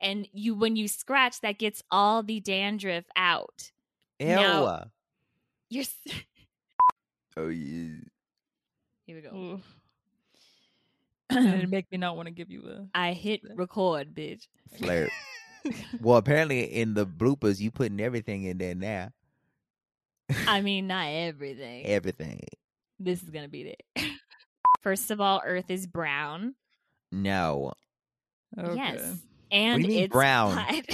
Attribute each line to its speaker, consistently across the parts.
Speaker 1: and you when you scratch that gets all the dandruff out.
Speaker 2: Ew.
Speaker 1: Now- You're s-
Speaker 2: oh, yeah.
Speaker 1: Here we go.
Speaker 3: Oof. It make me not want to give you a.
Speaker 1: I hit record, bitch.
Speaker 2: Flirt. well, apparently in the bloopers, you putting everything in there now.
Speaker 1: I mean, not everything.
Speaker 2: Everything.
Speaker 1: This is going to be it. First of all, Earth is brown.
Speaker 2: No.
Speaker 3: Okay.
Speaker 1: Yes. And
Speaker 2: mean
Speaker 1: it's
Speaker 2: brown?
Speaker 1: flat.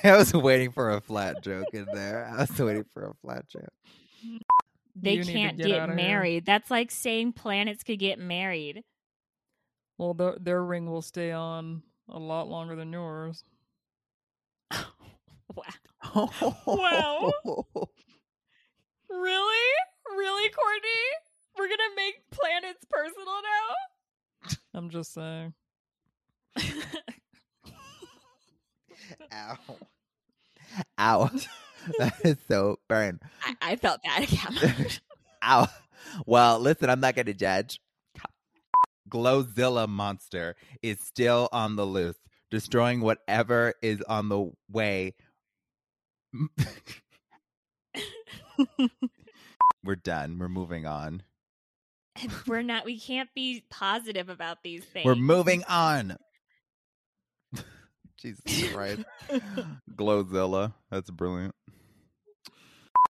Speaker 2: I was waiting for a flat joke in there. I was waiting for a flat joke.
Speaker 1: they
Speaker 3: You need to
Speaker 1: can't
Speaker 3: get
Speaker 1: get,
Speaker 3: outta here.
Speaker 1: married. That's like saying planets could get married.
Speaker 3: Well, their their ring will stay on a lot longer than yours.
Speaker 1: Wow.
Speaker 2: Wow.
Speaker 3: Really? Really, Courtney? We're gonna make planets personal now? I'm just saying.
Speaker 2: Ow. Ow. that is so burn.
Speaker 1: I, I felt bad. Gavin.
Speaker 2: Ow. Well, listen, I'm not going to judge. Glowzilla monster is still on the loose, destroying whatever is on the way. We're done. We're moving on.
Speaker 1: We're not. We can't be positive about these things.
Speaker 2: We're moving on. Jesus Christ. Glowzilla. That's brilliant.